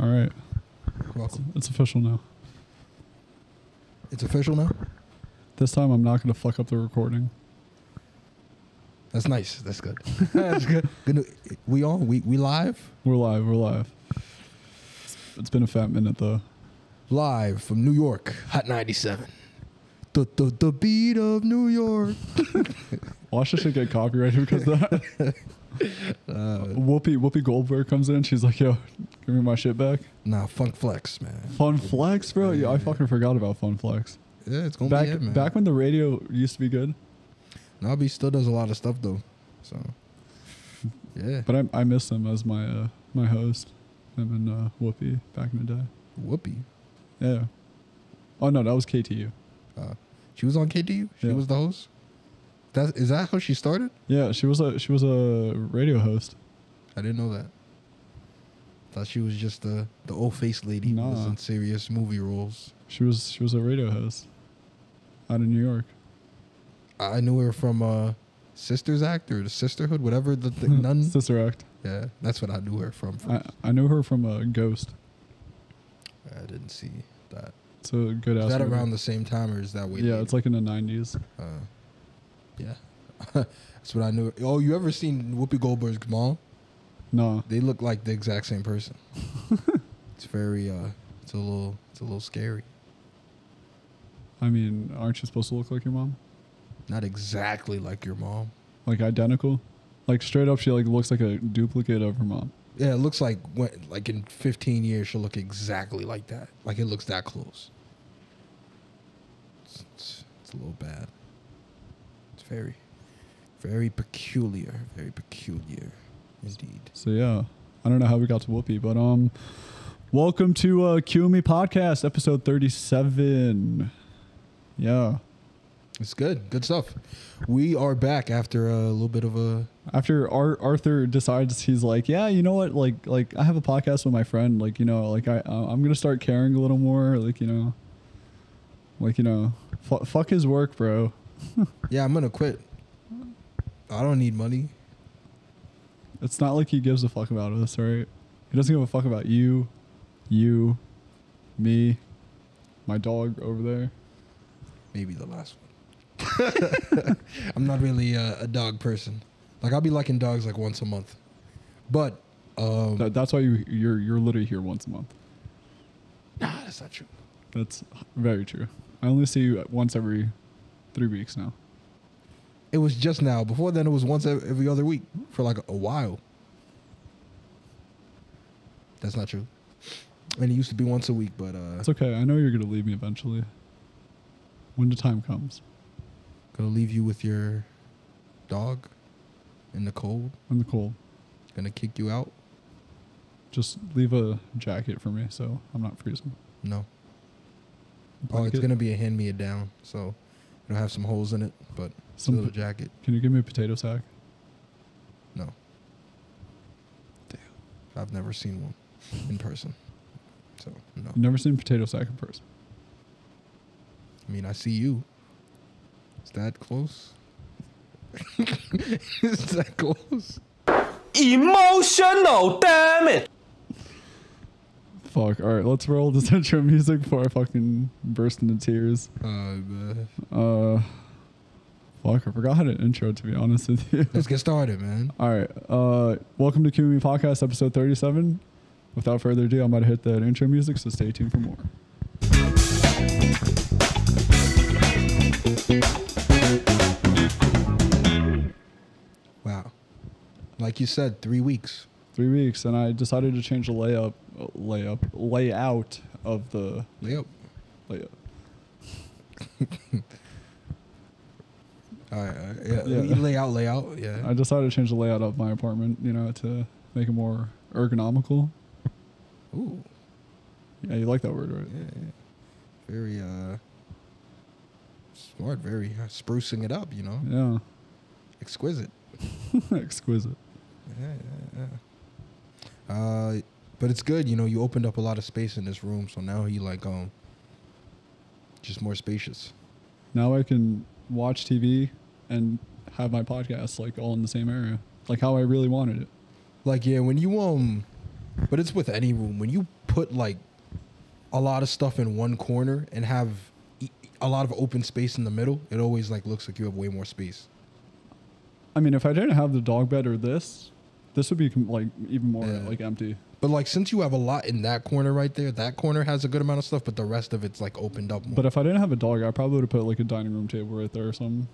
All right. Welcome. It's official now. It's official now. This time I'm not going to fuck up the recording. That's nice. That's good. That's good. Good new- We on? We we live? We're live. We're live. It's been a fat minute, though. Live from New York, Hot 97. The the, the beat of New York. Watch this shit get copyrighted because of that. Uh, Whoopi, Whoopi Goldberg comes in. She's like, yo, give me my shit back. Nah, Funk Flex, man. Fun Flex, bro. Yeah, I fucking forgot about Fun Flex. Yeah, it's gonna Back, be it, man. back when the radio used to be good, Nobby still does a lot of stuff though, so yeah. but I, I miss them as my uh, my host. Him and uh, Whoopi back in the day. Whoopi, Yeah. Oh, no, that was KTU. uh, she was on KDU. She Yeah. was the host. That is that how she started? Yeah, she was a she was a radio host. I didn't know that. Thought she was just the the old face lady who was Nah. in serious movie roles. She was she was a radio host out of New York. I I knew her from uh, Sisters Act or the Sisterhood, whatever the thing. None. Sister Act. Yeah, that's what I knew her from. Hmm. I, First. I knew her from a Ghost. I, didn't see that. It's a good ass. Is that movie. around the same time or is that way? Yeah, later? it's like in the nineties. Uh, yeah, that's what I knew. Oh, you ever seen Whoopi Goldberg's mom? No, They look like the exact same person. it's very. Uh, it's a little. It's a little scary. I mean, aren't you supposed to look like your mom? Not exactly like your mom. Like identical? Like straight up, she like looks like a duplicate of her mom. Yeah, it looks like when, like in 15 years she'll look exactly like that. Like it looks that close. It's, it's, it's a little bad. It's very, very peculiar. Very peculiar, indeed. So yeah, I don't know how we got to Whoopi, but um, welcome to uh, QME podcast episode thirty-seven. Yeah, It's good. Good stuff. We are back after a little bit of a after Ar- Arthur decides he's like, yeah, you know what, like like I have a podcast with my friend, like you know, like I I- I'm gonna start caring a little more, like you know, like you know, fu fuck his work, bro. yeah. I'm gonna quit. I don't need money. It's not like he gives a fuck about us, right? He doesn't give a fuck about you, you, me, my dog over there. Maybe the last one. I'm not really a, a dog person. Like I'll be liking dogs like once a month, but um, That, that's why you you're you're literally here once a month. nah, that's not true. That's very true. I only see you once every three weeks now. It was just now. Before then, it was once ev- every other week for like a while. That's not true. And it used to be once a week, but uh, It's okay. I know you're gonna leave me eventually. When the time comes. gonna leave you with your dog in the cold. in the cold. Gonna kick you out. Just leave a jacket for me so I'm not freezing. No. Oh, it's Blanket. gonna be a hand me down, so it'll have some holes in it, but Some still a po- jacket. Can you give me a potato sack? No. Damn. I've never seen one in person, so no. I've never seen potato sack in person. I mean, I see you. Is that close? Is that close? Emotional, damn it! Fuck. All right, let's roll this intro music before I fucking burst into tears. Uh, man. Uh, fuck. I forgot how to intro. To be honest with you. Let's get started, man. All right. Uh, welcome to QME Podcast, episode 37. Without further ado, I'm about to hit that intro music, so stay tuned for more. Wow. Like you said, three weeks. Three weeks, and I decided to change the layup, layup, layout of the Yep. layup. All right. all right. Yeah. Yeah. We lay out, lay out. Yeah. I decided to change the layout of my apartment, you know, to make it more ergonomical. Ooh. Yeah, you like that word, right? Yeah. yeah. Very uh. Smart. Very uh, sprucing it up. You know. Yeah. Exquisite. Exquisite. Yeah, yeah, yeah. Uh, but it's good, you know. You opened up a lot of space in this room, so now he like um, just more spacious. Now I can watch TV and have my podcast like all in the same area, like how I really wanted it. Like yeah, when you um, but it's with any room when you put like a lot of stuff in one corner and have e- a lot of open space in the middle, it always like looks like you have way more space. I mean, if I didn't have the dog bed or this, this would be com- like even more Yeah. like empty. But like since you have a lot in that corner right there, that corner has a good amount of stuff, but the rest of it's like opened up. More. But uh, if I didn't have a dog, I probably would have put like a dining room table right there or something.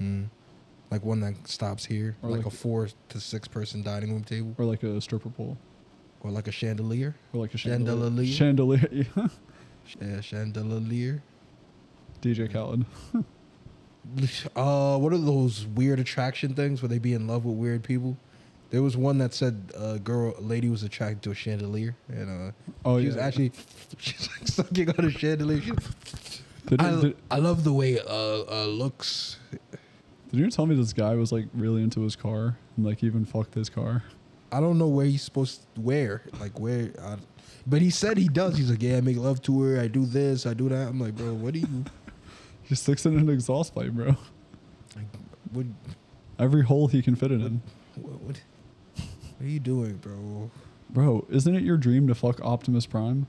Mm. Like one that stops here, Or like, like- a four to six person dining room table, or like a stripper pole, or like a chandelier. or like a chandelier. Chandelier. Chandelier. yeah. Yeah, uh, chandelier. DJ Khaled. Uh, what are those weird attraction things where they be in love with weird people? There was one that said a girl, a lady was attracted to a chandelier, and uh, Oh she yeah. was actually she's like sucking on a chandelier. She- did, I, you, did, I love the way uh, uh looks. did you tell me this guy was like really into his car and like even fucked his car? I don't know where he's supposed to, where like where, I, but he said he does. He's like, yeah, I make love to her. I do this. I do that. I'm like, bro, what do you? He sticks it in an exhaust pipe, bro. Like, what, Every hole he can fit it in. what, what, what are you doing, bro? Bro, isn't it your dream to fuck Optimus Prime?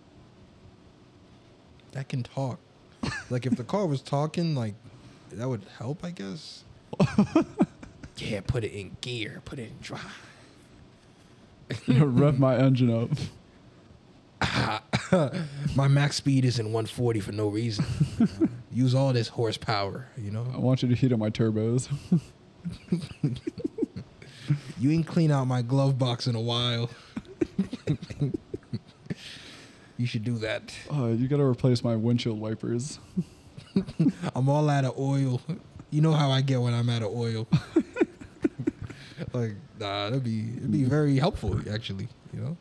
That can talk. like, if the car was talking, like, that would help, I guess. yeah, put it in gear, put it in drive. You know, rev my engine up. My max speed isn't 140 for no reason. Use all this horsepower, you I know? want you to heat up my turbos. You ain't clean out my glove box in a while. you should do that. Uh, you gotta replace my windshield wipers. I'm all out of oil. You know how I get when I'm out of oil. like, nah, that'd be it'd be very helpful actually. You know,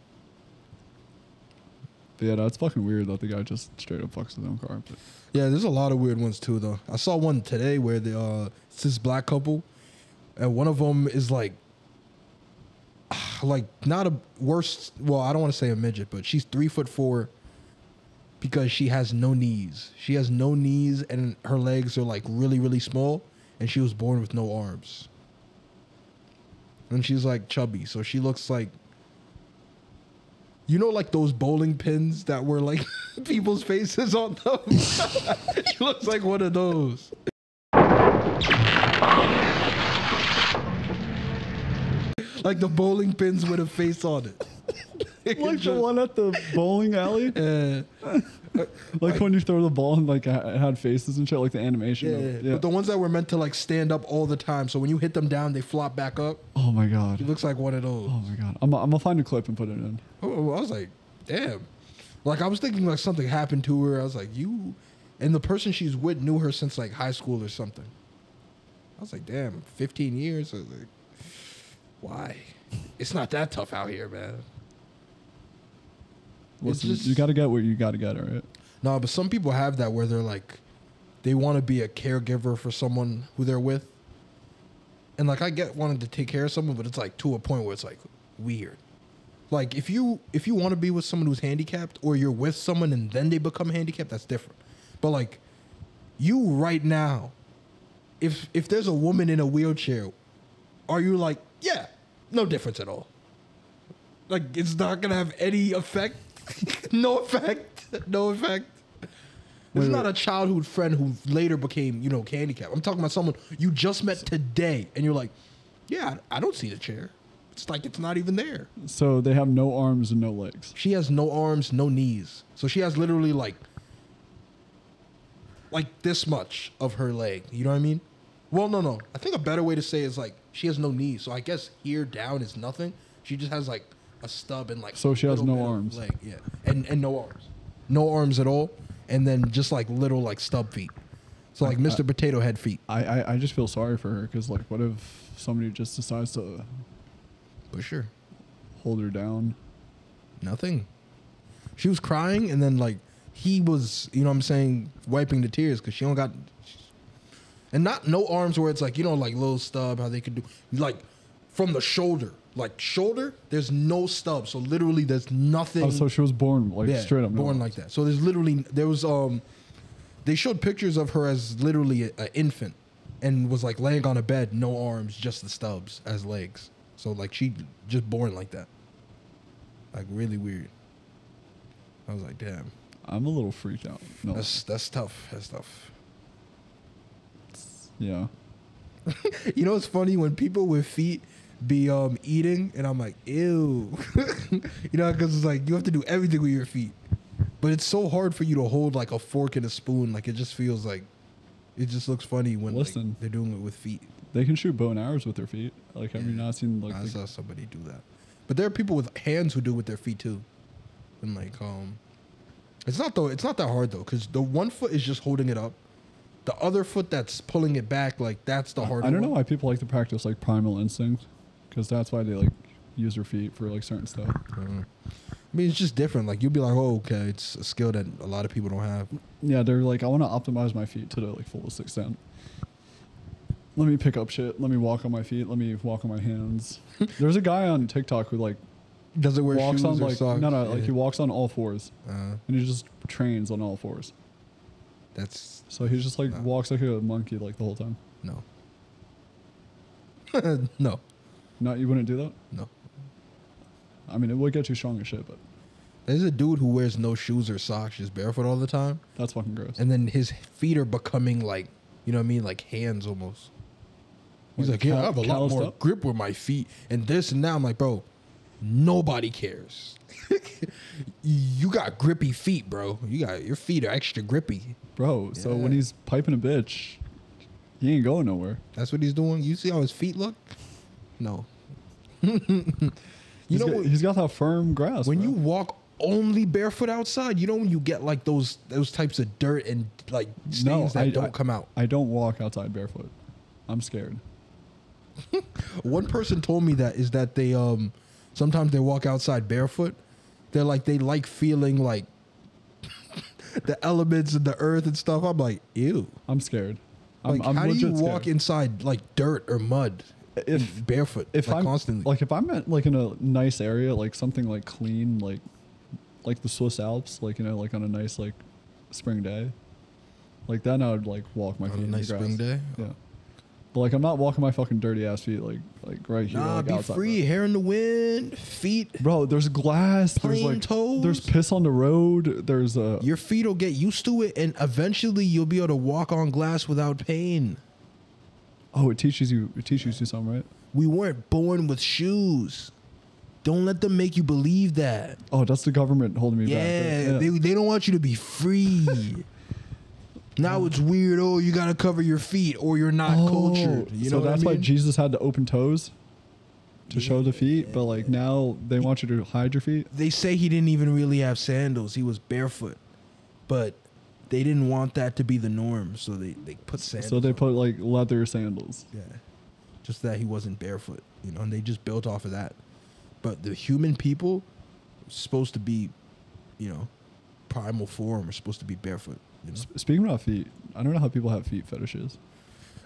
But yeah, no, it's fucking weird that the guy just straight up fucks his own car. But yeah. There's a lot of weird ones too, though. I saw one today where the uh, it's this black couple, and one of them is like, like not a worst. Well, I don't want to say a midget, but she's three foot four. Because she has no knees. She has no knees, and her legs are like really, really small. And she was born with no arms. and she's like chubby, so she looks like you know like those bowling pins that were like people's faces on them. she looks like one of those. Like the bowling pins with a face on it. like the one at the bowling alley? Yeah, Like when you throw the ball and like ha- it had faces and shit, like the animation. yeah, of- yeah. But the ones that were meant to like stand up all the time, so when you hit them down, they flop back up. oh my She god. looks like one of those. Oh my god. I'm, I'm gonna find a clip and put it in. Oh, I was like, damn. Like I was thinking like something happened to her. I was like, you and the person she's with knew her since like high school or something. I was like, damn, 15 years. I was like, why? It's not that tough out here, man. It's Listen, just- you gotta get what you gotta get, all right? No, but some people have that where they're like, they want to be a caregiver for someone who they're with. And like, I get wanting to take care of someone, but it's like to a point where it's like weird. Like if you if you want to be with someone who's handicapped, or you're with someone and then they become handicapped, that's different. But like, you right now, if if there's a woman in a wheelchair, are you like, yeah, no difference at all? Like it's not gonna have any effect. no effect. No effect. This is Wait, not a childhood friend who later became, you know, handicapped. I'm talking about someone you just met today, and you're like, yeah, I I don't see the chair. It's like it's not even there. So they have no arms and no legs. She has no arms, no knees, so she has literally like, like this much of her leg. You know what I mean? Well, no, no. I think a better way to say it is like she has no knees, so I guess here down is nothing. She just has like a stub and like. So she has no little bit of arms. Leg, yeah, and and no arms, no arms at all, and then just like little like stub feet. So like Mr. Potato Head feet. I, I, I just feel sorry for her because like what if somebody just decides to But sure, hold her down? nothing. She was crying, and then like he was, you know, what I'm saying, wiping the tears because she don't got, and not no arms where it's like you know, like little stub how they could do like from the shoulder. Like shoulder, there's no stub. So literally there's nothing Oh, so she was born like yeah, straight up no. born like that. So there's literally there was um they showed pictures of her as literally an infant and was like laying on a bed, no arms, just the stubs as legs. So like she just born like that. Like really weird. I was like, damn. I'm a little freaked out. No, That's that's tough. That's tough. yeah. You know, it's funny when people with feet be um eating, and I'm like, ew. you know, because it's like you have to do everything with your feet, but it's so hard for you to hold like a fork and a spoon. Like it just feels like it just looks funny when like, Listen. they're doing it with feet. They can shoot bow and arrows with their feet. Like, have you not seen like? I the- saw somebody do that, but there are people with hands who do it with their feet too, and like um, it's not though. It's not that hard though, because the one foot is just holding it up. The other foot that's pulling it back, like that's the hard. I don't know why people like to practice like primal instinct, because that's why they like use their feet for like certain stuff. I mean, it's just different. Like you'll be like, oh, okay, it's a skill that a lot of people don't have. Yeah, they're like, I want to optimize my feet to the like fullest extent. Let me pick up shit. Let me walk on my feet. Let me walk on my hands. There's a guy on TikTok who like Does it wear walks shoes on or like socks? no no like Yeah. he walks on all fours Uh, and he just trains on all fours. that's So he just like Wow. walks like a monkey like the whole time. no, no, No, you wouldn't do that. no. I mean, it would get you strong as shit, but There's a dude who wears no shoes or socks, just barefoot all the time, that's fucking gross. and then his feet are becoming like, you know what I mean, like hands almost. He's Like like, yeah, cal- I have a lot calloused more up? grip with my feet and this and that. I'm like, bro, nobody cares. you got grippy feet, bro. You got your feet are extra grippy. Bro, so when Yeah. he's piping a bitch, he ain't going nowhere. That's what he's doing. You see how his feet look? No. you He's know got, what- he's got that firm grass. when bro. you walk only barefoot outside, you know when you get like those those types of dirt and like stains that don't come out. I don't walk outside barefoot. I'm scared. One person told me that is that they um sometimes they walk outside barefoot. They're like they like feeling like the elements and the earth and stuff. I'm like, ew. I'm scared. I'm, Like I'm how do legit you walk scared. inside like dirt or mud If barefoot? if like I'm constantly like if I'm at like in a nice area, like something like clean, like like the Swiss Alps, like you know, like on a nice like spring day, like then I would like walk my On a feet in the nice grass. spring day? Yeah, but like I'm not walking my fucking dirty ass feet like like right here. Nah, like, be outside, free. Hair in the wind, feet. Bro, there's glass. There's Plain like toes? there's piss on the road. There's a Your feet will get used to it, and eventually you'll be able to walk on glass without pain. oh, it teaches you it teaches you something, right? We weren't born with shoes. Don't let them make you believe that. Oh, that's the government holding me Yeah, back. They, they don't want you to be free. now it's weird. Oh, you gotta cover your feet, or you're not cultured. You Oh, so know what I that's why mean? Jesus had the open toes to show the feet, but like now they want you to hide your feet. they say he didn't even really have sandals. He was barefoot, but they didn't want that to be the norm, so they they put sandals. So they on. put like leather sandals. Yeah. Just that he wasn't barefoot, you know, and they just built off of that. But the human people supposed to be, you know, primal form are supposed to be barefoot. You know? S- Speaking about feet, I don't know how people have feet fetishes.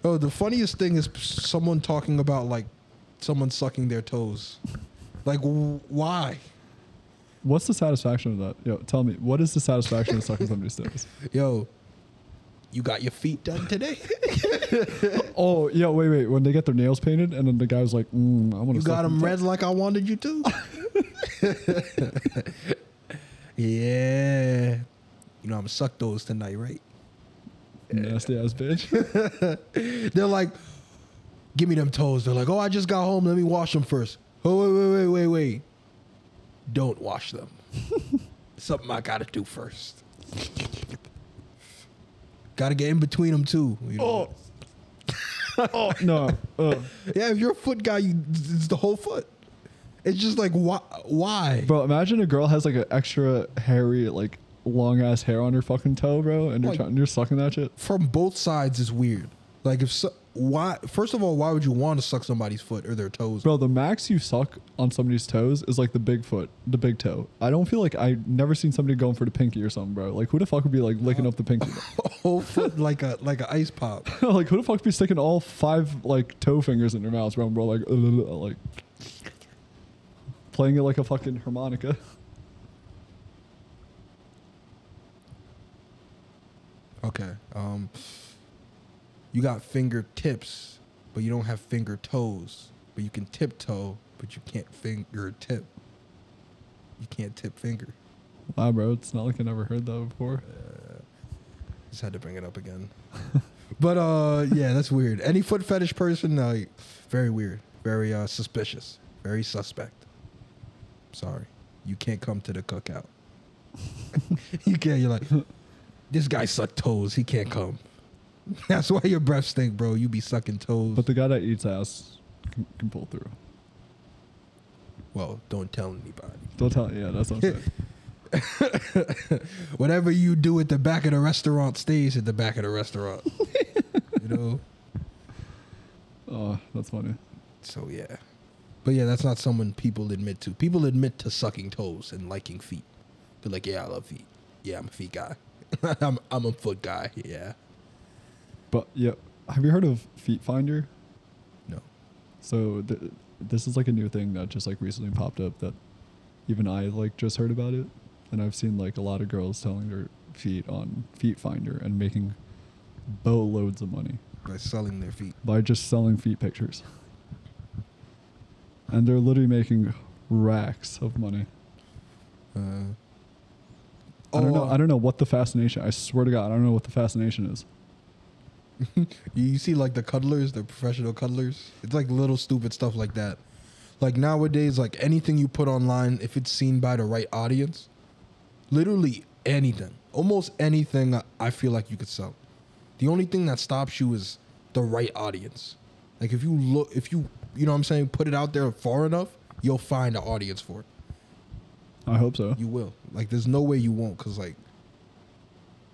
Oh, the funniest thing is someone talking about like someone sucking their toes. Like w- why? What's the satisfaction of that? Yo, tell me, what is the satisfaction of sucking somebody's toes? Yo, you got your feet done today? Oh, yeah, wait, wait. When they get their nails painted, and then the guy's like, mm, I want to. you got them red like I wanted you to? yeah. You know I'm gonna suck those tonight, right? Nasty ass bitch. They're like, give me them toes. They're like, oh, I just got home. Let me wash them first. Oh, wait, wait, wait, wait, wait. Don't wash them. Something I gotta do first. gotta get in between them too. you know? oh no. Uh, Yeah, if you're a foot guy, you, it's the whole foot. It's just like why? Why? bro, imagine a girl has like an extra hairy, like long ass hair on her fucking toe, bro, and you're Like- trying, you're sucking that shit. From both sides is weird. Like if so, why? First of all, why would you want to suck somebody's foot or their toes? Bro, the max you suck on somebody's toes is like the big foot, the big toe. I don't feel like I've never seen somebody going for the pinky or something, bro. Like, who the fuck would be like licking up the pinky? whole foot like a like a ice pop. like, who the fuck would be sticking all five like toe fingers in their mouths, bro? Bro, like, like playing it like a fucking harmonica. Okay. Um, you got fingertips, but you don't have finger toes. But you can tiptoe, but you can't finger tip. You can't tip finger. Wow, bro, it's not like I never heard that before. Just had to bring it up again. but uh, yeah, that's weird. Any foot fetish person, uh, very weird, very uh, suspicious, very suspect. Sorry, you can't come to the cookout. you can't. You're like, this guy sucked toes. He can't come. That's why your breath stink, bro. You be sucking toes. But the guy that eats ass can, can pull through. well, don't tell anybody. Don't tell. Yeah, that's what I'm saying. Whatever you do at the back of the restaurant stays at the back of the restaurant. you know. Oh, that's funny. So yeah. But yeah, that's not someone people admit to. People admit to sucking toes and liking feet. They're like, yeah, I love feet. Yeah, I'm a feet guy. I'm I'm a foot guy. Yeah. But yeah, have you heard of Feet Finder? No. So th- this is like a new thing that just like recently popped up that even I like just heard about it, and I've seen like a lot of girls selling their feet on Feet Finder and making boatloads of money By selling their feet. by just selling feet pictures. And they're literally making racks of money. Uh, I don't know. uh, I don't know what the fascination. I swear to God, I don't know what the fascination is. You, you see, like the cuddlers, the professional cuddlers. It's like little stupid stuff like that. Like nowadays, like anything you put online, if it's seen by the right audience, literally anything, almost anything, I- I feel like you could sell. The only thing that stops you is the right audience. Like if you look, if you, you know what I'm saying, put it out there far enough, you'll find an audience for it. I hope so. You will. Like, there's no way you won't, because like,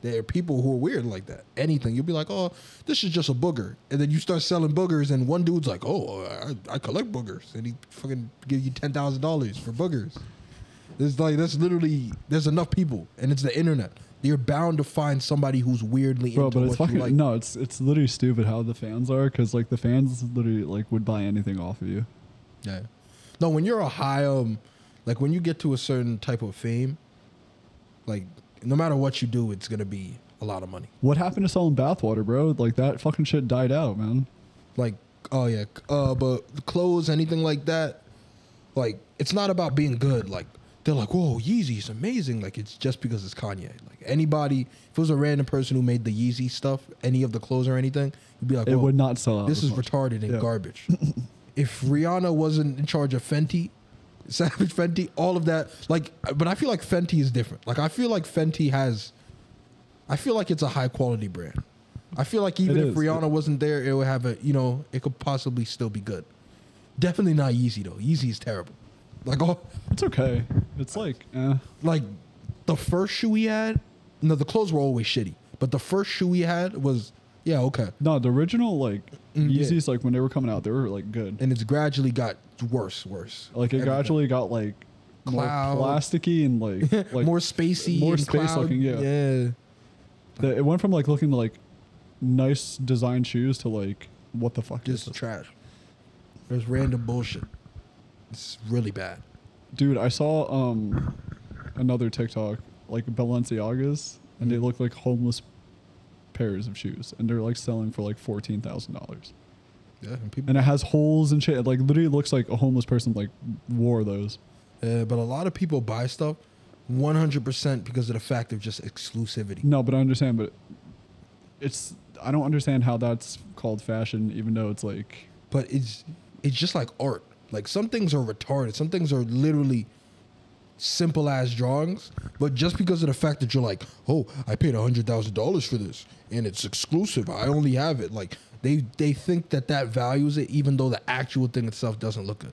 there are people who are weird like that. Anything you'll be like, oh, this is just a booger, and then you start selling boogers, and one dude's like, oh, I, I collect boogers, and he fucking give you ten thousand dollars for boogers. There's like that's literally there's enough people, and it's the internet. You're bound to find somebody who's weirdly Bro, into but what it's you fucking like. no. It's it's literally stupid how the fans are because like the fans literally like would buy anything off of you. Yeah. No, when you're a high um like when you get to a certain type of fame, like no matter what you do, it's gonna be a lot of money. What happened to selling bathwater, bro? Like that fucking shit died out, man. like oh yeah uh but clothes anything like that like it's not about being good like they're like whoa yeezy is amazing like it's just because it's kanye like anybody if it was a random person who made the yeezy stuff any of the clothes or anything you'd be like It whoa, would not sell out. this as is much. retarded and Yeah. garbage if rihanna wasn't in charge of fenty savage fenty all of that like but i feel like fenty is different like i feel like fenty has I feel like it's a high quality brand. I feel like even It if is. Rihanna wasn't there, it would have a you know it could possibly still be good. Definitely not Yeezy though. Yeezy is terrible. Like all It's okay. It's like, eh. like the first shoe he had, no, the clothes were always shitty. But the first shoe he had was yeah okay, no, the original like Mm, yeah. Yeezys, like when they were coming out, they were like good. and it's gradually got worse, worse. Like it Everything. gradually got like Cloud. more plasticky and like like more spacey, more and space cloud. looking, yeah. yeah. the- it went from like looking like nice design shoes to like what the fuck is just this? trash. There's random bullshit. It's really bad. Dude, I saw um another TikTok like Balenciagas, and they look like homeless pairs of shoes, and they're like selling for like fourteen thousand dollars, Yeah, and people. and it has holes and shit. It like literally looks like a homeless person like wore those. Uh, but a lot of people buy stuff 100% because of the fact of just exclusivity. No, but I understand, but it's I don't understand how that's called fashion, even though it's like But it's it's just like art. Like some things are retarded. Some things are literally simple ass drawings. But just because of the fact that you're like, oh, I paid hundred thousand dollars for this and it's exclusive. I only have it. Like they they think that that values it, even though the actual thing itself doesn't look good.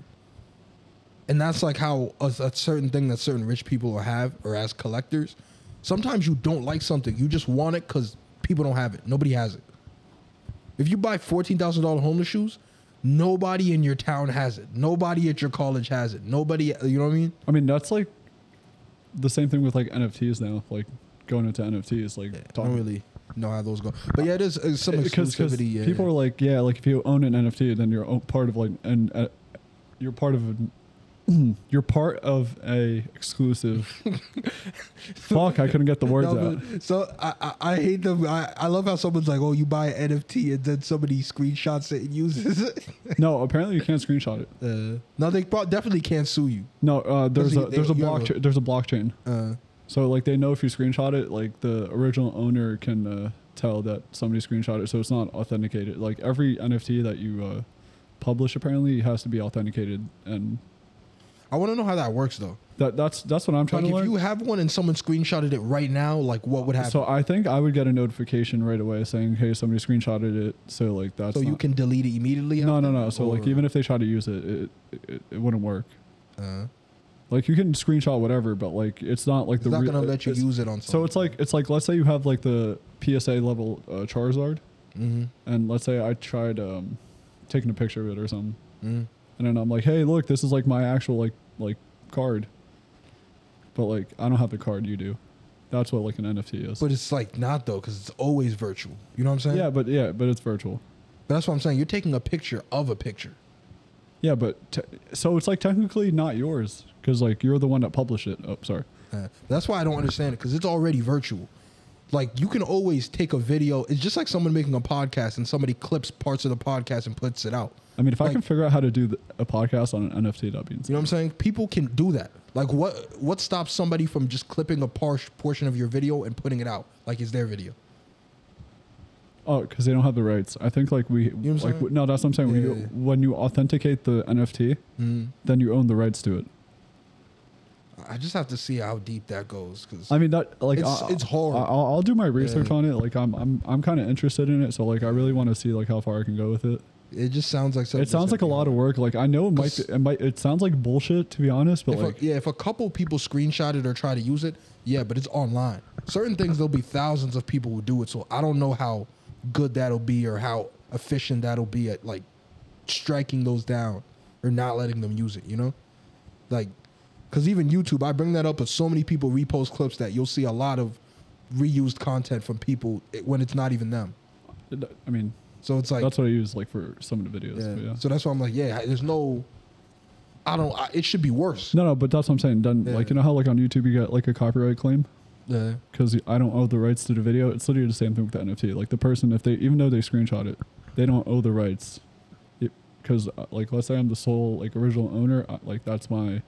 and that's like how a, a certain thing that certain rich people will have or as collectors sometimes you don't like something you just want it because people don't have it nobody has it If you buy fourteen thousand dollar homeless shoes, nobody in your town has it. Nobody at your college has it. Nobody, you know what I mean? I mean, that's like the same thing with like NFTs now. Like going into NFTs, like I don't really know how those go. But yeah, it is it's some because exclusivity. yeah. Uh, people are like, yeah, like if you own an NFT, then you're o- part of like an uh, you're part of an, you're part of a exclusive. Fuck, I couldn't get the words No, out. but- So I, I, I hate them. I, I love how someone's like, oh, you buy an NFT and then somebody screenshots it and uses it. No, apparently you can't screenshot it. Uh, no, they prob- definitely can't sue you. No, uh, there's Listen, a they- there's a you have a- blockchain there's a blockchain. Uh, So like they know if you screenshot it, like the original owner can uh, tell that somebody screenshot it, so it's not authenticated. Like every NFT that you uh, publish apparently has to be authenticated, and I want to know how that works though. that that's that's what I'm trying Like, to if learn. you have one and someone screenshotted it right now, like what would happen? So, so I think I would get a notification right away saying, "Hey, somebody screenshotted it." So like that's you not- can delete it immediately. no after? no no. So like Or- even if they try to use it, it it, it wouldn't work. Uh, Like you can screenshot whatever, but like it's not like it's the not real- gonna let you it's- use it on. Something. So it's like it's like let's say you have like the PSA level uh, Charizard, Mhm. and let's say I tried um, taking a picture of it or something, Mm. and then I'm like, hey, look, this is like my actual like like card, but like I don't have the card, you do. That's what like an NFT is. but it's like not though, because it's always virtual. You know what I'm saying? yeah, but yeah, but it's virtual. But that's what I'm saying. You're taking a picture of a picture. Yeah, but te- so it's like technically not yours because like you're the one that published it. Oh, sorry. Uh, that's why I don't understand it because it's already virtual. Like you can always take a video. It's just like someone making a podcast and somebody clips parts of the podcast and puts it out. I mean, if I Like- can figure out how to do th- a podcast on an NFT, that'd be You insane. know what I'm saying? People can do that. Like what what stops somebody from just clipping a par- portion of your video and putting it out like it's their video? Oh, because they don't have the rights. I think like we what I'm like saying? w- no, that's what I'm saying. When you- Yeah, yeah, Mm-hmm. yeah. When you authenticate the NFT, then you own the rights to it. I just have to see how deep that goes because I mean that like It's- I, it's horrible. I, I'll, I'll do my research on it. Like I'm I'm I'm kind of interested in it, so like I really want to see like how far I can go with it. it just sounds like something. It sounds like a lot of work. Like I know it might 'Cause- be- it might it sounds like bullshit to be honest, but If a- like yeah, if a couple people screenshot it or try to use it, yeah, but it's online. Certain things there'll be thousands of people who do it, so I don't know how good that'll be or how efficient that'll be at like striking those down or not letting them use it. You know, like because even YouTube, I bring that up, but so many people repost clips that you'll see a lot of reused content from people it- when it's not even them. I mean So it's like that's what I use like for some of the videos. but yeah. yeah. So that's why I'm like, yeah, there's no. I don't. I, it should be worse. No, no, but that's what I'm saying. Done. Like Yeah. you know how like on YouTube you get like a copyright claim Yeah. because I don't owe the rights to the video. It's literally the same thing with the NFT. Like the person, if they even though they screenshot it, they don't owe the rights. Because like let's say I'm the sole like original owner, I, like that's my,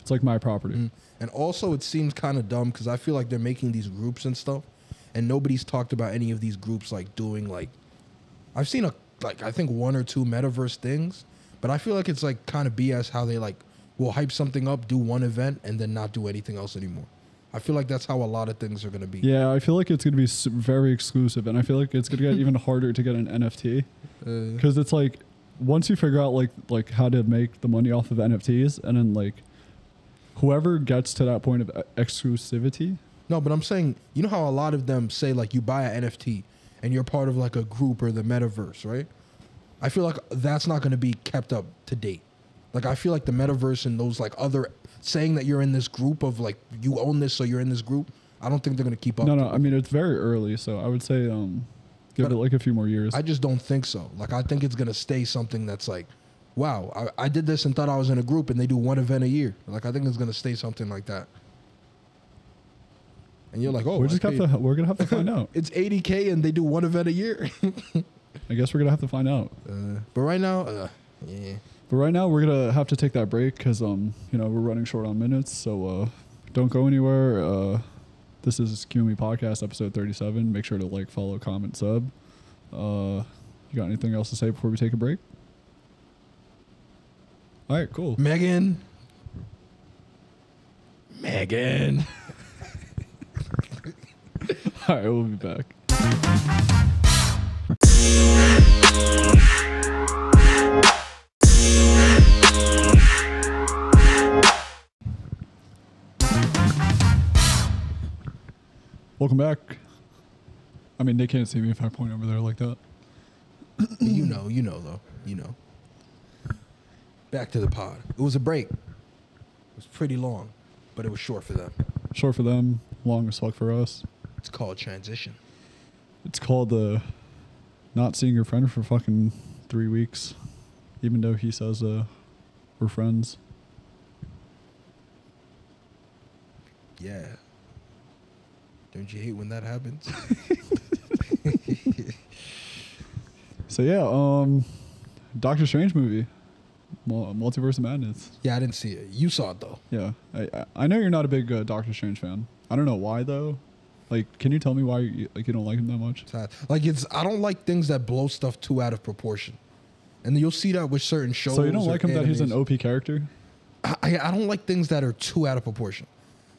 it's like my property. And also, it seems kind of dumb because I feel like they're making these groups and stuff, and nobody's talked about any of these groups like doing like. I've seen a like I think one or two metaverse things, but I feel like it's like kind of BS how they like will hype something up, do one event, and then not do anything else anymore. I feel like that's how a lot of things are gonna be. Yeah, I feel like it's gonna be s- very exclusive, and I feel like it's gonna get even harder to get an NFT Uh, because it's like once you figure out like like how to make the money off of NFTs, and then like whoever gets to that point of e- exclusivity, No, but I'm saying, you know how a lot of them say like you buy an NFT and you're part of like a group or the metaverse, right? I feel like that's not going to be kept up to date. Like I feel like the metaverse and those like other saying that you're in this group of like you own this so you're in this group, I don't think they're going to keep up. No, to no. I mean, it's very early, so I would say um, give But it like a few more years. I just don't think so. Like I think it's gonna stay something that's like, wow, I, I did this and thought I was in a group, and they do one event a year. Like I think it's gonna stay something like that. And you're like, oh, we're I just have paid- to. We're gonna have to find out. it's 80k and they do one event a year. I guess we're gonna have to find out. Uh, but right now, uh, yeah. But right now, we're gonna have to take that break because um, you know, we're running short on minutes. So uh, don't go anywhere. Uh, this is QME Podcast, episode thirty-seven. Make sure to like, follow, comment, sub. Uh, you got anything else to say before we take a break? All right, cool. Megan. Megan. All right, we'll be back. Welcome back. I mean, they can't see me if I point over there like that. you know, you know though, you know. Back to the pod. It was a break. It was pretty long, but it was short for them. Short for them, long as fuck for us. It's called transition. It's called the not seeing your friend for fucking three weeks, even though he says uh, we're friends. Yeah. Don't you hate when that happens? So yeah, um, Doctor Strange movie, Mul- Multiverse of Madness. yeah, I didn't see it. You saw it though. Yeah, I I- I know you're not a big uh, Doctor Strange fan. I don't know why though. Like, can you tell me why you, like you don't like him that much? It's not- Like it's I don't like things that blow stuff too out of proportion. And you'll see that with certain shows. So you don't or like him that he's an animes. OP character? I, I don't like things that are too out of proportion.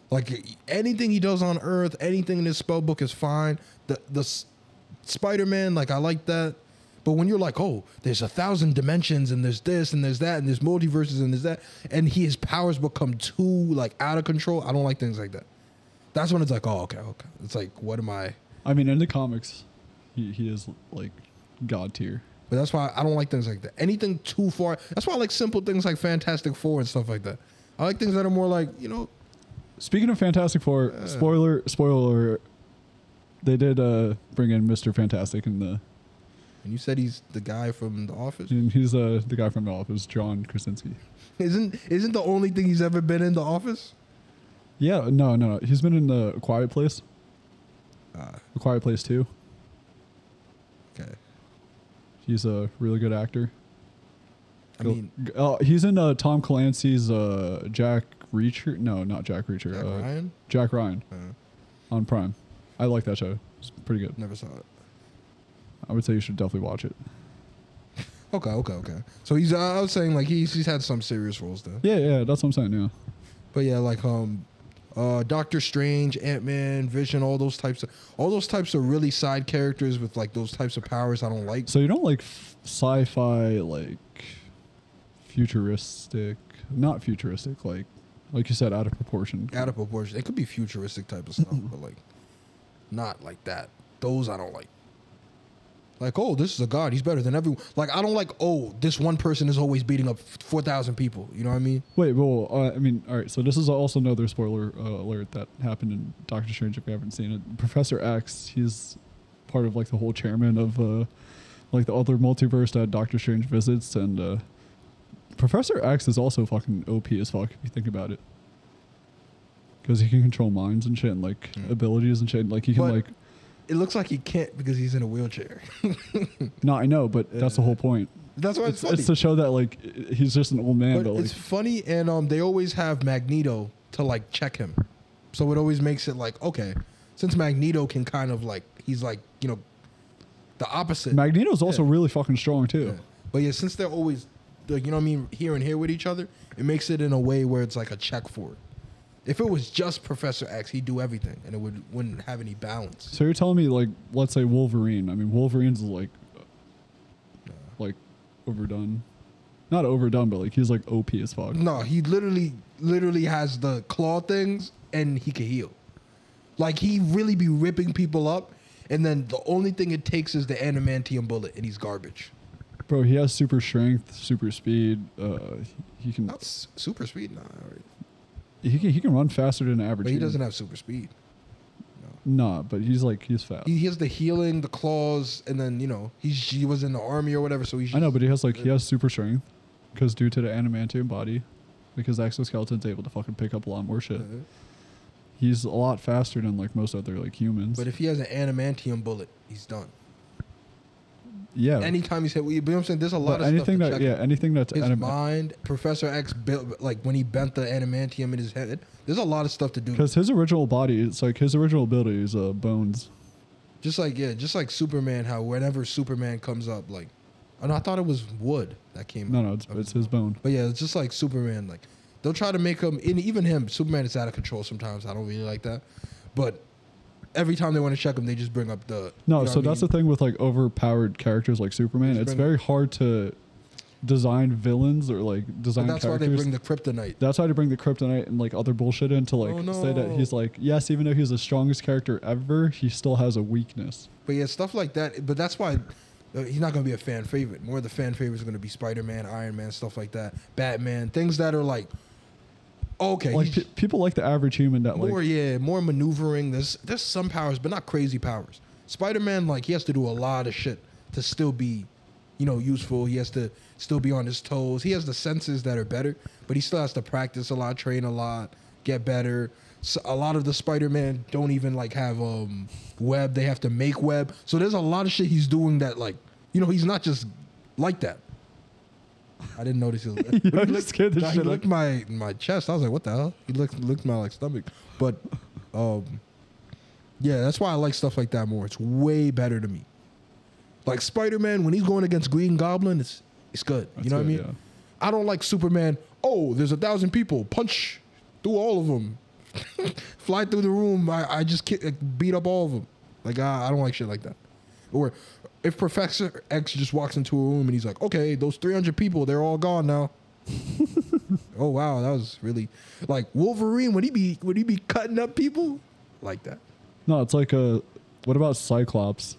Like anything he does on Earth, anything in his spell book is fine. The the S- Spider-Man, like I like that. But when you're like, oh, there's a thousand dimensions and there's this and there's that and there's multiverses and there's that, and he, his powers become too like out of control. I don't like things like that. That's when it's like, oh, okay, okay. It's like, what am I? I mean, in the comics, he, he is like god tier. But that's why I don't like things like that. Anything too far. That's why I like simple things like Fantastic Four and stuff like that. I like things that are more like, you know, Speaking of Fantastic Four, spoiler spoiler, they did uh, bring in Mister Fantastic in the and you said he's the guy from The Office. and he's uh, the guy from The Office, John Krasinski. Isn't isn't the only thing he's ever been in the office? Yeah, no, no, no. He's been in the Quiet Place, Ah, A Quiet Place too. okay. He's a really good actor. I mean, uh, he's in uh, Tom Clancy's uh, Jack Reacher. No, not Jack Reacher. Jack uh, Ryan. Jack Ryan Uh, on Prime. I like that show. It's pretty good. never saw it. I would say you should definitely watch it. Okay, okay, okay. So he's. Uh, I was saying like he's he's had some serious roles though. Yeah, yeah, that's what I'm saying. Yeah, But yeah, like um, uh, Doctor Strange, Ant Man, Vision, all those types of all those types of really side characters with like those types of powers I don't like. so you don't like f- sci-fi, like futuristic, not futuristic, like like you said, out of proportion. Out of proportion. It could be futuristic type of stuff, but like, not like that. Those I don't like. Like, oh, this is a god. He's better than everyone. Like, I don't like, oh, this one person is always beating up 4,000 people. You know what I mean? Wait, well, uh, I mean, all right. So this is also another spoiler uh, alert that happened in Doctor Strange. If you haven't seen it, Professor X, he's part of like the whole chairman of uh, like the other multiverse that Doctor Strange visits, and uh, Professor X is also fucking OP as fuck if you think about it, because he can control minds and shit, and like Mm. abilities and shit. and, Like he can But- like. It looks like he can't because he's in a wheelchair. No, I know, but that's the whole point. Uh, That's why It's, it's, it's to funny. show that like i- he's just an old man, but but, like it's funny, and um, they always have Magneto to like check him. So it always makes it like, okay, since Magneto can kind of like, he's like, you know, the opposite. Magneto's also Yeah. really fucking strong too. Yeah. But yeah, since they're always, like, you know what I mean, here and here with each other, it makes it in a way where it's like a check for it. If it was just Professor X, he'd do everything, and it would wouldn't have any balance. So you're telling me, like, let's say Wolverine. I mean, Wolverine's like, like, overdone. Not overdone, but like he's like OP as fuck. No, he literally, literally has the claw things, and he can heal. Like he really be ripping people up, and then the only thing it takes is the adamantium bullet, and he's garbage. Bro, he has super strength, super speed. Uh, he, he can Not s- super speed, nah. all right. he can he can run faster than average. But he human. doesn't have super speed. Nah, but he's like he's fast. He, he has the healing, the claws, and then you know he's, he was in the army or whatever, so he's. I know, but he has like he has super strength because due to the adamantium body, because the exoskeleton's able to fucking pick up a lot more shit. Uh-huh. He's a lot faster than like most other like humans. But if he has an adamantium bullet, he's done. yeah, Anytime he's hit, you know what I'm saying? There's a lot but of anything stuff to that check. yeah anything that's His adamant- mind, Professor X built like when he bent the adamantium in his head. There's a lot of stuff to do. Because his original body, it's like his original ability is uh, bones. Just like yeah, just like Superman, how whenever Superman comes up, like, and I thought it was wood that came. No, up. no, it's, it's his bone. But yeah, it's just like Superman. Like they'll try to make him, and even him, Superman is out of control sometimes. I don't really like that, but every time they want to check him, they just bring up the. No, you know so what I that's mean? the thing with like overpowered characters like Superman. Just It's bring- very hard to design villains or like design But that's why characters. they bring the kryptonite. that's why they bring the kryptonite and like other bullshit in to like Oh, say that no. he's like yes, even though he's the strongest character ever, he still has a weakness. But yeah, stuff like that. But that's why uh, he's not going to be a fan favorite. More of the fan favorites going to be Spider Man, Iron Man, stuff like that, Batman, things that are like, okay, Like he's- pe- people like the average human that more like yeah, more maneuvering. There's there's some powers, but not crazy powers. Spider Man like he has to do a lot of shit to still be, you know, useful. He has to still be on his toes. He has the senses that are better, but he still has to practice a lot, train a lot, get better. So a lot of the Spider Man don't even like have um web. They have to make web. So there's a lot of shit he's doing that like, you know, he's not just like that. I didn't notice he was. Yo, you scared the Nah, he shit out of licked my my chest. I was like, what the hell? He licked licked my like stomach. But um yeah, that's why I like stuff like that more. It's way better to me. Like Spider Man, when he's going against Green Goblin, it's it's good. That's you know good, what I mean? yeah. I don't like Superman. Oh, there's a thousand people. Punch through all of them. Fly through the room. I, I just ki- like, beat up all of them. Like I, I don't like shit like that. Or if Professor X just walks into a room and he's like, okay, those 300 people, they're all gone now. Oh wow, that was really like Wolverine. Would he be would he be cutting up people like that? no. It's like a what about Cyclops?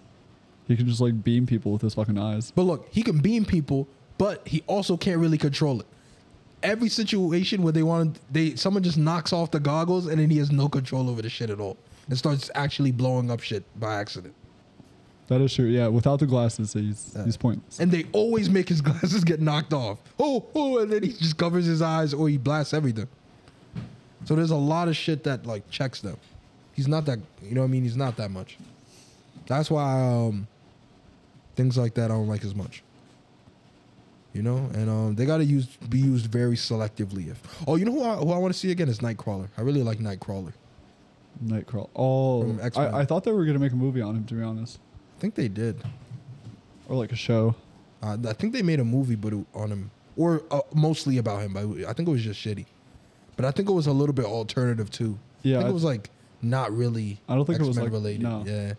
He can just like beam people with his fucking eyes. But look, he can beam people, but he also can't really control it. Every situation where they want they someone just knocks off the goggles and then he has no control over the shit at all and starts actually blowing up shit by accident. That is true. Yeah, without the glasses, he's he's pointless. And they always make his glasses get knocked off. Oh, oh, and then he just covers his eyes or he blasts everything. So there's a lot of shit that like checks them. He's not that, you know what I mean? He's not that much. That's why um, things like that I don't like as much. You know, and um, they gotta use be used very selectively. If oh, you know who I, who I want to see again is Nightcrawler. I really like Nightcrawler. Nightcrawler. Oh, From X-Men. I, I thought they were gonna make a movie on him. To be honest, I think they did. or like a show. Uh, I think they made a movie, but it- on him or uh, mostly about him. But I think it was just shitty. But I think it was a little bit alternative too. Yeah, I think I- it was like not really. I don't think it was, X-Men like- related. no. Yeah,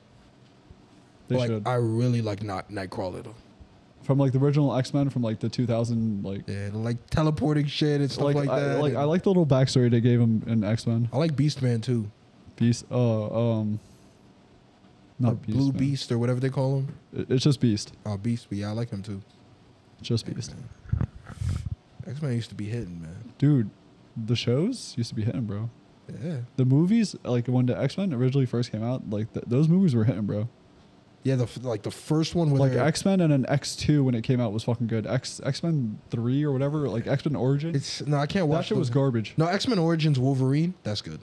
They like should I really like not Nightcrawler though. from like the original X Men from like the 2000 like Yeah, like teleporting shit and stuff like like, I, that. like and Oh. I like the little backstory they gave him in X Men. I like Beastman too. Beast. Oh, um, Or not Beast. Blue man. Beast or whatever they call him. It- It's just Beast. Oh, Beast. But yeah, I like him too. Just Beast. X Men used to be hitting, man. Dude, the shows used to be hitting, bro. Yeah, The movies, like when the X Men originally first came out, like th- those movies were hitting, bro. yeah. The f- like the first one with Like X Men and then X Two when it came out was fucking good. X X Men Three or whatever, like X Men Origin. It's no, I can't that watch. shit was those- garbage. No, X Men Origins Wolverine. That's good.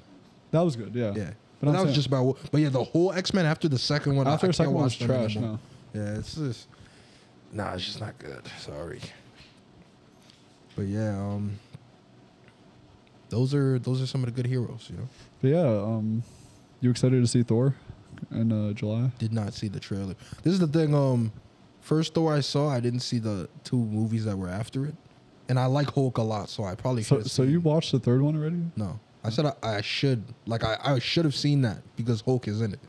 That was good. Yeah. Yeah. But But I'm that was saying- just about. Wo- But yeah, the whole X Men after the second one. I- After I the second can't one was watch them trash. anymore. No. Yeah, it's just. Nah, it's just not good. Sorry. But yeah, um, those are those are some of the good heroes. You know, But yeah, um, you excited to see Thor in uh, July? did not see the trailer. This is the thing. Um, first Thor I saw, I didn't see the two movies that were after it, and I like Hulk a lot, so I probably So should've so seen- you watched the third one already? No, I said I, I should like I, I should have seen that because Hulk is in it.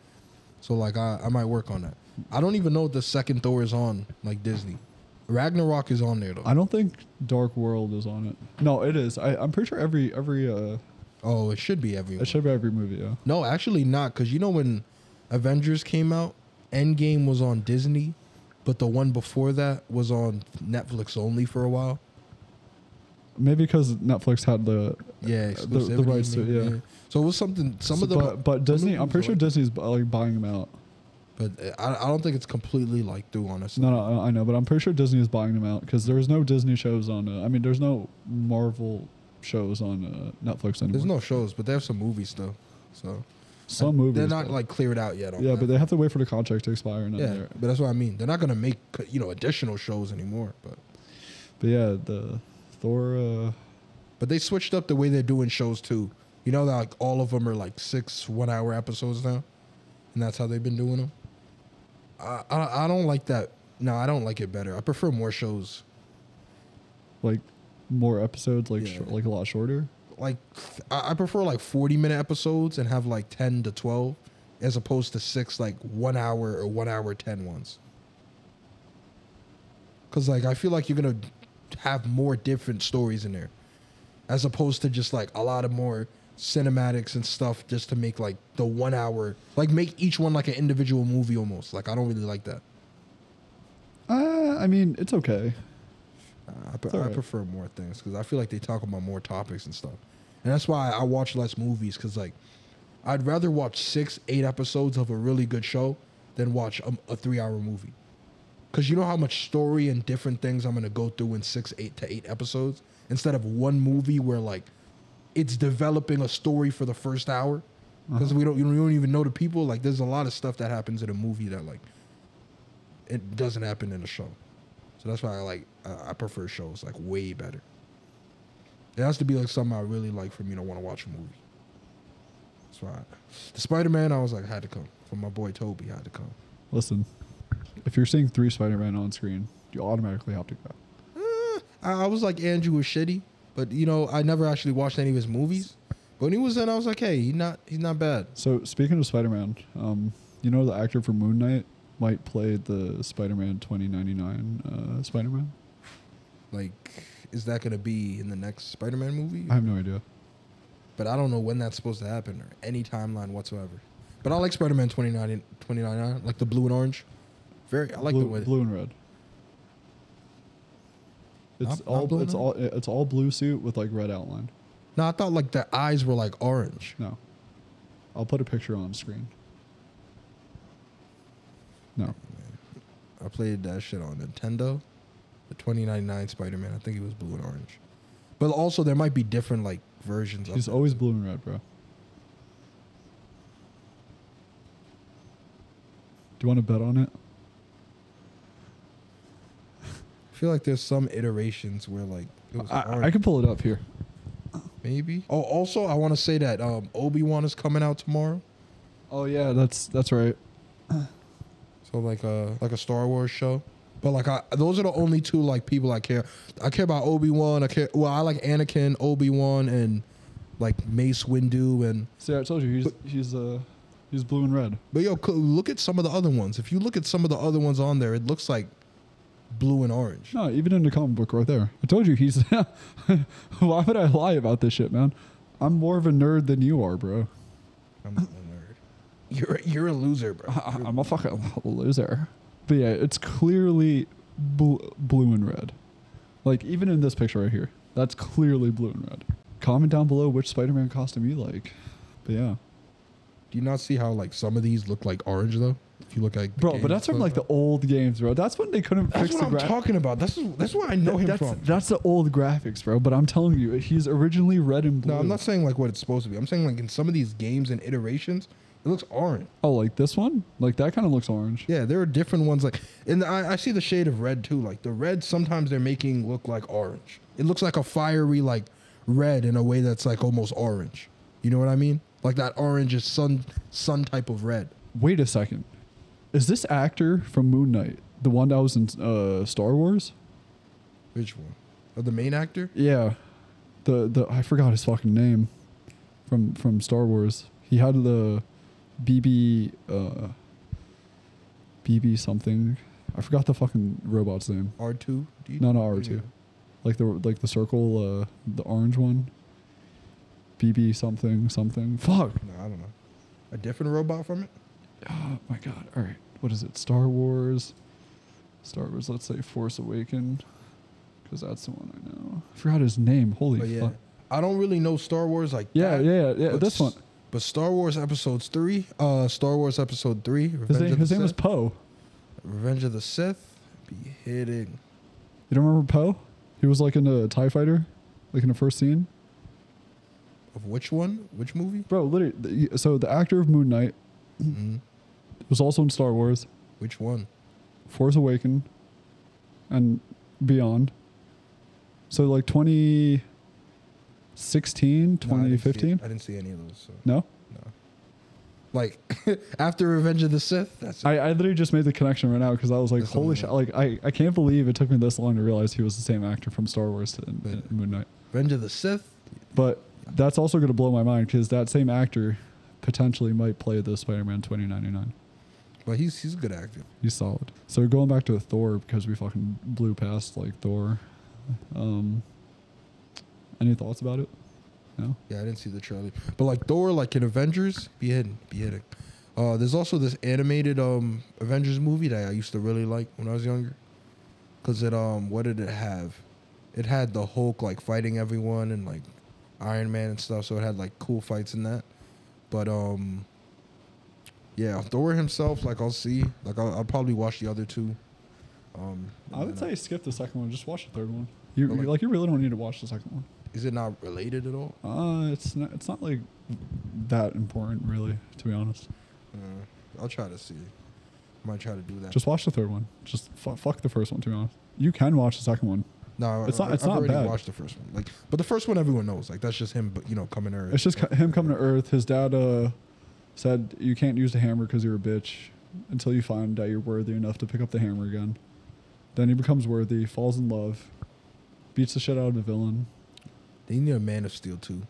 So like I, I might work on that. I don't even know if the second Thor is on like Disney. Ragnarok is on there though. I don't think Dark World is on it. No, it is. I, I'm pretty sure every every uh, oh, it should be everywhere. it should be every movie. Yeah. No, actually not because you know when Avengers came out, Endgame was on Disney, but the one before that was on Netflix only for a while. Maybe because Netflix had the Yeah, uh, the, the exclusivity, rights to it, maybe, yeah. So it was something. Some of the but, but Disney, I'm pretty sure Disney. Disney's bu- like buying them out. But uh, I, I don't think it's completely like through on us. No, no, I- I know, but I'm pretty sure Disney is buying them out because there's no Disney shows on. Uh, I mean, there's no Marvel shows on uh, Netflix anymore. There's no shows, but they have some movies though. So some And movies. They're not but- like cleared out yet. On yeah, but that. they have to wait for the contract to expire. And then yeah, they're- but that's what I mean. They're not gonna make you know additional shows anymore. But but yeah, the Thor. Uh, but they switched up the way they're doing shows too. You know, like all of them are like six one-hour episodes now, and that's how they've been doing them. I, I I don't like that. No, I don't like it better. I prefer more shows. like more episodes, like Yeah. shor- like a lot shorter. Like I, I prefer like forty-minute episodes and have like ten to twelve, as opposed to six like one-hour or one-hour ten ones. Cause like I feel like you're gonna have more different stories in there, as opposed to just like a lot of more cinematics and stuff just to make like the one hour like make each one like an individual movie almost. Like I don't really like that. Yeah, Uh, I mean, it's okay. I, pre- It's all I right. prefer more things because I feel like they talk about more topics and stuff, and that's why I watch less movies because like I'd rather watch six, eight episodes of a really good show than watch um, a, a three-hour movie. Because you know how much story and different things I'm gonna go through in six, eight to eight episodes instead of one movie where like it's developing a story for the first hour Uh-huh. because we don't you don't even know the people. Like there's a lot of stuff that happens in a movie that like it doesn't happen in a show. So that's why I like I I prefer shows like way better. It has to be like something I really like for me to want to watch a movie. That's why the Spider Man I was like had to come for my boy Toby had to come. Listen, if you're seeing three Spider-Man on screen, you automatically have to go. Eh, I, I was like Andrew was shitty, but you know I never actually watched any of his movies. But when he was in, I was like, hey, he's not he's not bad. So speaking of Spider-Man, um, you know the actor for Moon Knight might play the Spider-Man 2099 uh, Spider-Man. Like, is that gonna be in the next Spider Man movie? I have no idea. but I don't know when that's supposed to happen or any timeline whatsoever. But I like Spider Man 29, 29, like the blue and orange. Very, I like blue, the way. blue and red. It's Not- not all blue it's and all it's all blue suit with like red outline. No, I thought like the eyes were like orange. No, I'll put a picture on screen. No, I played that shit on Nintendo, the 2099 Spider Man. I think it was blue and orange. But also, there might be different like versions he's of it. always blue and red, bro. Do you want to bet on it? I feel like there's some iterations where like it was I, orange, I can pull it up here. maybe. Oh, also, I want to say that um, Obi Wan is coming out tomorrow. Oh yeah, that's that's right. So like a like a Star Wars show. But like I, those are the only two like people I care. I care about Obi Wan. I care. Well, I like Anakin, Obi Wan, and like Mace Windu. And See, I told you he's he's uh he's blue and red. but yo, co- look at some of the other ones. If you look at some of the other ones on there, it looks like blue and orange. No, even in the comic book right there. I told you he's. Why would I lie about this shit, man? I'm more of a nerd than you are, bro. I'm oh, a nerd. You're you're a loser, bro. I, I'm a fucking loser. But yeah, it's clearly bl- blue and red. Like even in this picture right here, that's clearly blue and red. Comment down below which Spider-Man costume you like. But yeah, Do you not see how like some of these look like orange though? If you look like the bro. games But that's from like look- the old games, bro. That's when they couldn't That's fix what the I'm graphics. talking about. That's that's where I know him that's, from. That's the old graphics, bro. But I'm telling you, he's originally red and blue. No, I'm not saying like what it's supposed to be. I'm saying like in some of these games and iterations, it looks orange. Oh, like this one? Like that kind of looks orange. Yeah, there are different ones like, and I, I see the shade of red too. Like the red, sometimes they're making look like orange. It looks like a fiery like red in a way that's like almost orange. You know what I mean? Like that orange is sun sun type of red. Wait a second. Is this actor from Moon Knight the one that was in uh, Star Wars? Which one? Of the main actor? Yeah. The the I forgot his fucking name from from Star Wars. He had the BB uh BB something. I forgot the fucking robot's name. R two? No, no, R two. Like the like the circle, uh, the orange one. BB something something. Fuck. No, I don't know. A different robot from it? Oh my god. All right. What is it? Star Wars. Star Wars. Let's say Force Awakened, because that's the one I know. I forgot his name. Holy But Oh, yeah, fuck. I don't really know Star Wars like Yeah, that. yeah, yeah. but this s- one. But Star Wars episodes three, uh, Star Wars episode three, Revenge His name, of the his Sith. name was Poe. Revenge of the Sith, be hitting. You don't remember Poe? He was like in a Tie Fighter, like in the first scene. Of which one? Which movie? Bro, literally. The, so the actor of Moon Knight Mhm. was also in Star Wars, Which one? Force Awakened, and Beyond. So like 2016, No, I didn't see it. 2015. I didn't see any of those. So. no. No. Like after Revenge of the Sith, that's it. I, I literally just made the connection right now because I was like, That's holy something shit! Like, I, I can't believe it took me this long to realize he was the same actor from Star Wars to in, in Moon Knight. Revenge of the Sith. But that's also going to blow my mind because that same actor potentially might play the Spider-Man 2099. But he's he's a good actor. He's solid. So going back to Thor because we fucking blew past like Thor. Um, any thoughts about it? No. Yeah, I didn't see the trailer. But like Thor, like in Avengers, be hitting, be hitting. Uh, there's also this animated um Avengers movie that I used to really like when I was younger. Cause it um, what did it have? It had the Hulk like fighting everyone and like Iron Man and stuff. So it had like cool fights in that. But um, yeah, Thor himself. Like I'll see. Like I'll, I'll probably watch the other two. Um, I and would then- say skip the second one. Just watch the third one. You But, like- you- like you really don't need to watch the second one. is it not related at all? Uh, it's not it's not like that important really. To be honest, Uh, I'll try to see. Might try to do that. just watch the third one. Just fu- fuck the first one. To be honest, you can watch the second one. no, it's I, not- it's I've not already bad. watched the first one. Like, but the first one everyone knows. Like that's just him. But you know, coming early. It's just ca- him coming to Earth. His dad uh, said you can't use the hammer because you're a bitch until you find out you're worthy enough to pick up the hammer again. Then he becomes worthy, falls in love, beats the shit out of the villain. They need a Man of Steel too.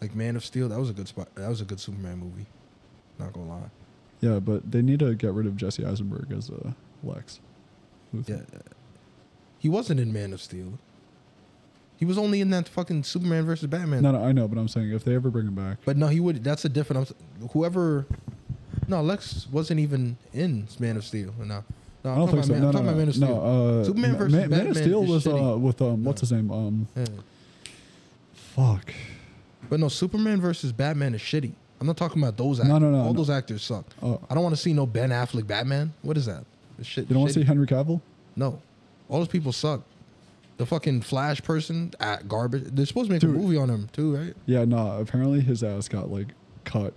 Like Man of Steel, that was a good spot. That was a good Superman movie. Not gonna lie. Yeah, but they need to get rid of Jesse Eisenberg as uh, Lex. Luthor. Yeah, he wasn't in Man of Steel. He was only in that fucking Superman versus Batman. No, no, I know, but I'm saying if they ever bring him back, But no, he would. That's a different. I'm, s- whoever. No, Lex wasn't even in Man of Steel. No, no, I I'm don't talking think about so. Man, no, no, I'm talking no, about Man of Steel. no. Uh, Superman Ma- versus Man, Man Batman of Steel is was uh, shitty. with um, No. what's his name? Um, Yeah. fuck. But no, Superman versus Batman is shitty. I'm not talking about those actors. No, no, no, All no. those actors suck. Oh. I don't want to see no Ben Affleck Batman. What is that? It's shit, You don't want to shitty. see Henry Cavill? No, all those people suck. The fucking Flash person, ah, garbage. They're supposed to make a Dude. movie on him too, right? Yeah, nah. Apparently his ass got like cut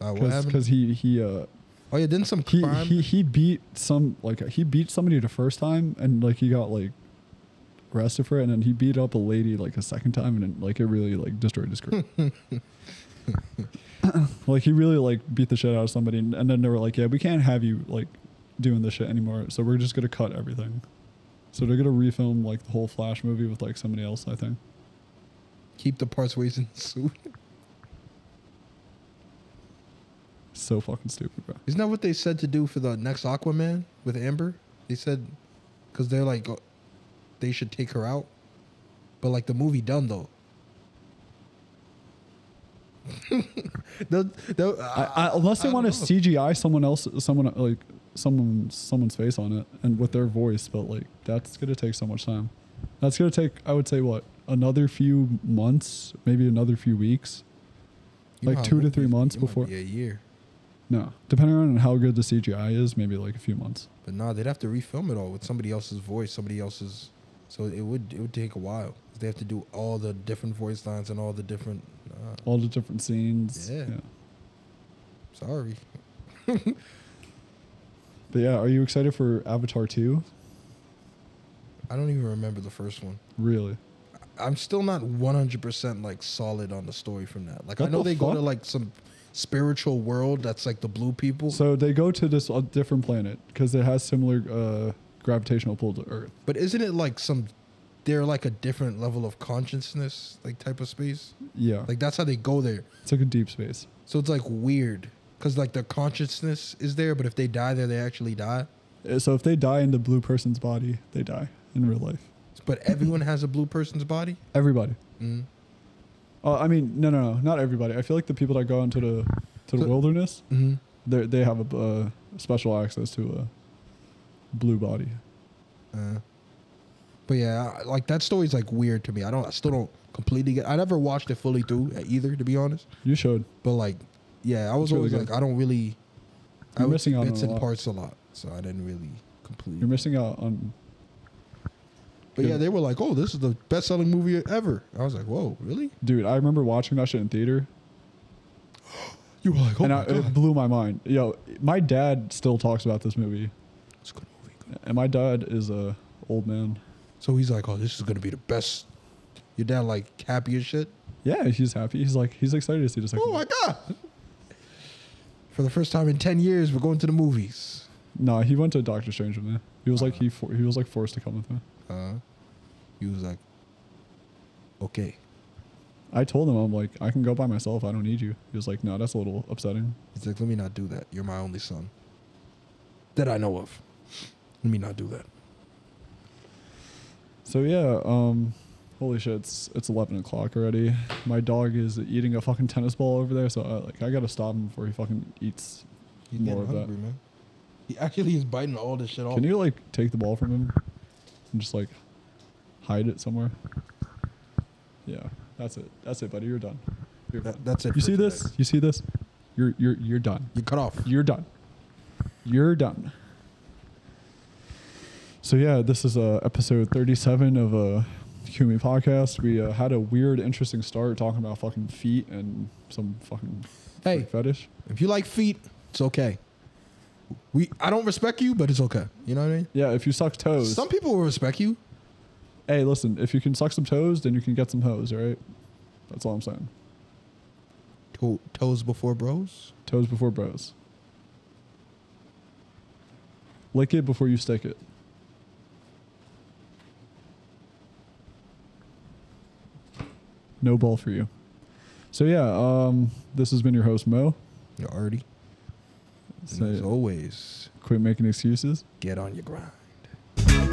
Uh, what happened? because he he uh oh yeah, didn't some he, crime? he he beat some like he beat somebody the first time and like he got like arrested for it and then he beat up a lady like a second time and then, like it really like destroyed his career like he really like beat the shit out of somebody and, and then they were like yeah we can't have you like doing this shit anymore so we're just gonna cut everything so they're gonna refilm like the whole flash movie with like somebody else i think Keep the parts ways in the suit. so fucking stupid bro Isn't that what they said to do for the next Aquaman with Amber? They said because they're like oh, they should take her out, but like the movie done though. the, the, I, I, unless they I want to don't know. CGI someone else, someone like someone someone's face on it and with their voice, but like that's gonna take so much time. That's gonna take, I would say, what another few months, maybe another few weeks. You know like how two to three movies- months it might before- be a year. No, depending on how good the CGI is, maybe like a few months. But nah, they'd have to refilm it all with somebody else's voice, somebody else's. So it would it would take a while. They have to do all the different voice lines and all the different. uh, Nah, All the different scenes. Yeah. sorry, But yeah, are you excited for Avatar two? I don't even remember the first one. Really? I'm still not 100 percent like solid on the story from that. Like I What know the they go to fuck? like some spiritual world that's like the blue people, So they go to this uh, different planet because it has similar uh, gravitational pull to Earth. but isn't it like some? They're like a different level of consciousness, like type of space. Yeah, Like that's how they go there. it's like a deep space. So it's like weird because like their consciousness is there, but if they die there, they actually die. Uh, So if they die in the blue person's body, they die in real life. But everyone has a blue person's body. Everybody. Mm. Uh, I mean, no, no, no, not everybody. I feel like the people that go into the to the So- wilderness, Mm-hmm. they they have a uh, special access to a blue body. Uh, but yeah, I- like that story's like weird to me. I don't. I still don't completely get. I never watched it fully through uh, either, to be honest. You should. But like, yeah, I was It's really always good. like, I don't really. I You're would missing see out on bits a and lot. parts a lot, so I didn't really You're complete. missing out on. But yeah, they were like, "Oh, this is the best-selling movie ever." I was like, "Whoa, really?" Dude, I remember watching that shit in theater, You were like, "Oh and my I, it god, blew my mind. Yo, my dad still talks about this movie, it's a good movie." and my dad is a old man. So he's like, "Oh, this is gonna be the best." Your dad like happy as shit. Yeah, he's happy. He's like he's excited to see the second. Oh one. my god! For the first time in ten years, we're going to the movies. No, he went to Doctor Strange with me. He was like he for, he was like forced to come with me. Uh, he was like, "Okay." I told him I'm like I can go by myself. I don't need you. He was like, no, that's a little upsetting. He's like, "Let me not do that. You're my only son that I know of. Let me not do that." So yeah, um, holy shit, it's it's eleven o'clock already. My dog is eating a fucking tennis ball over there, so I, like I gotta stop him before he fucking eats He's more getting of that. hungry, man. He actually is biting all this shit off. Can you like take the ball from him and just like hide it somewhere? Yeah, that's it. That's it, buddy. You're done. You're That- done. that's it You for see this? today. You see this? You're you're you're done. You cut off. You're done. You're done. So yeah, this is uh, episode 37 of uh, Kumi podcast. We uh, had a weird, interesting start talking about fucking feet and some fucking Hey. foot fetish. If you like feet, it's okay. We I don't respect you, but it's okay. You know what I mean? Yeah, if you suck toes. Some people will respect you. hey, listen, if you can suck some toes, then you can get some hoes, all right? That's all I'm saying. To- toes before bros. Toes before bros. Lick it before you stick it. No ball for you. So yeah, um, this has been your host Mo. You're already. And as Say, always, quit making excuses. get on your grind.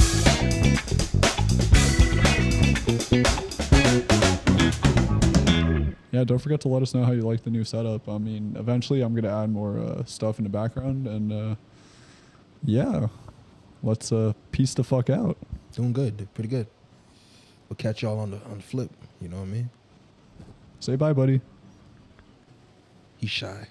Yeah, don't forget to let us know how you like the new setup. I mean, eventually I'm gonna add more uh, stuff in the background, and uh, yeah, let's uh, piece the fuck out. Doing good. Pretty good. We'll catch y'all on the on the flip. You know what I mean? Say bye, buddy. He's shy.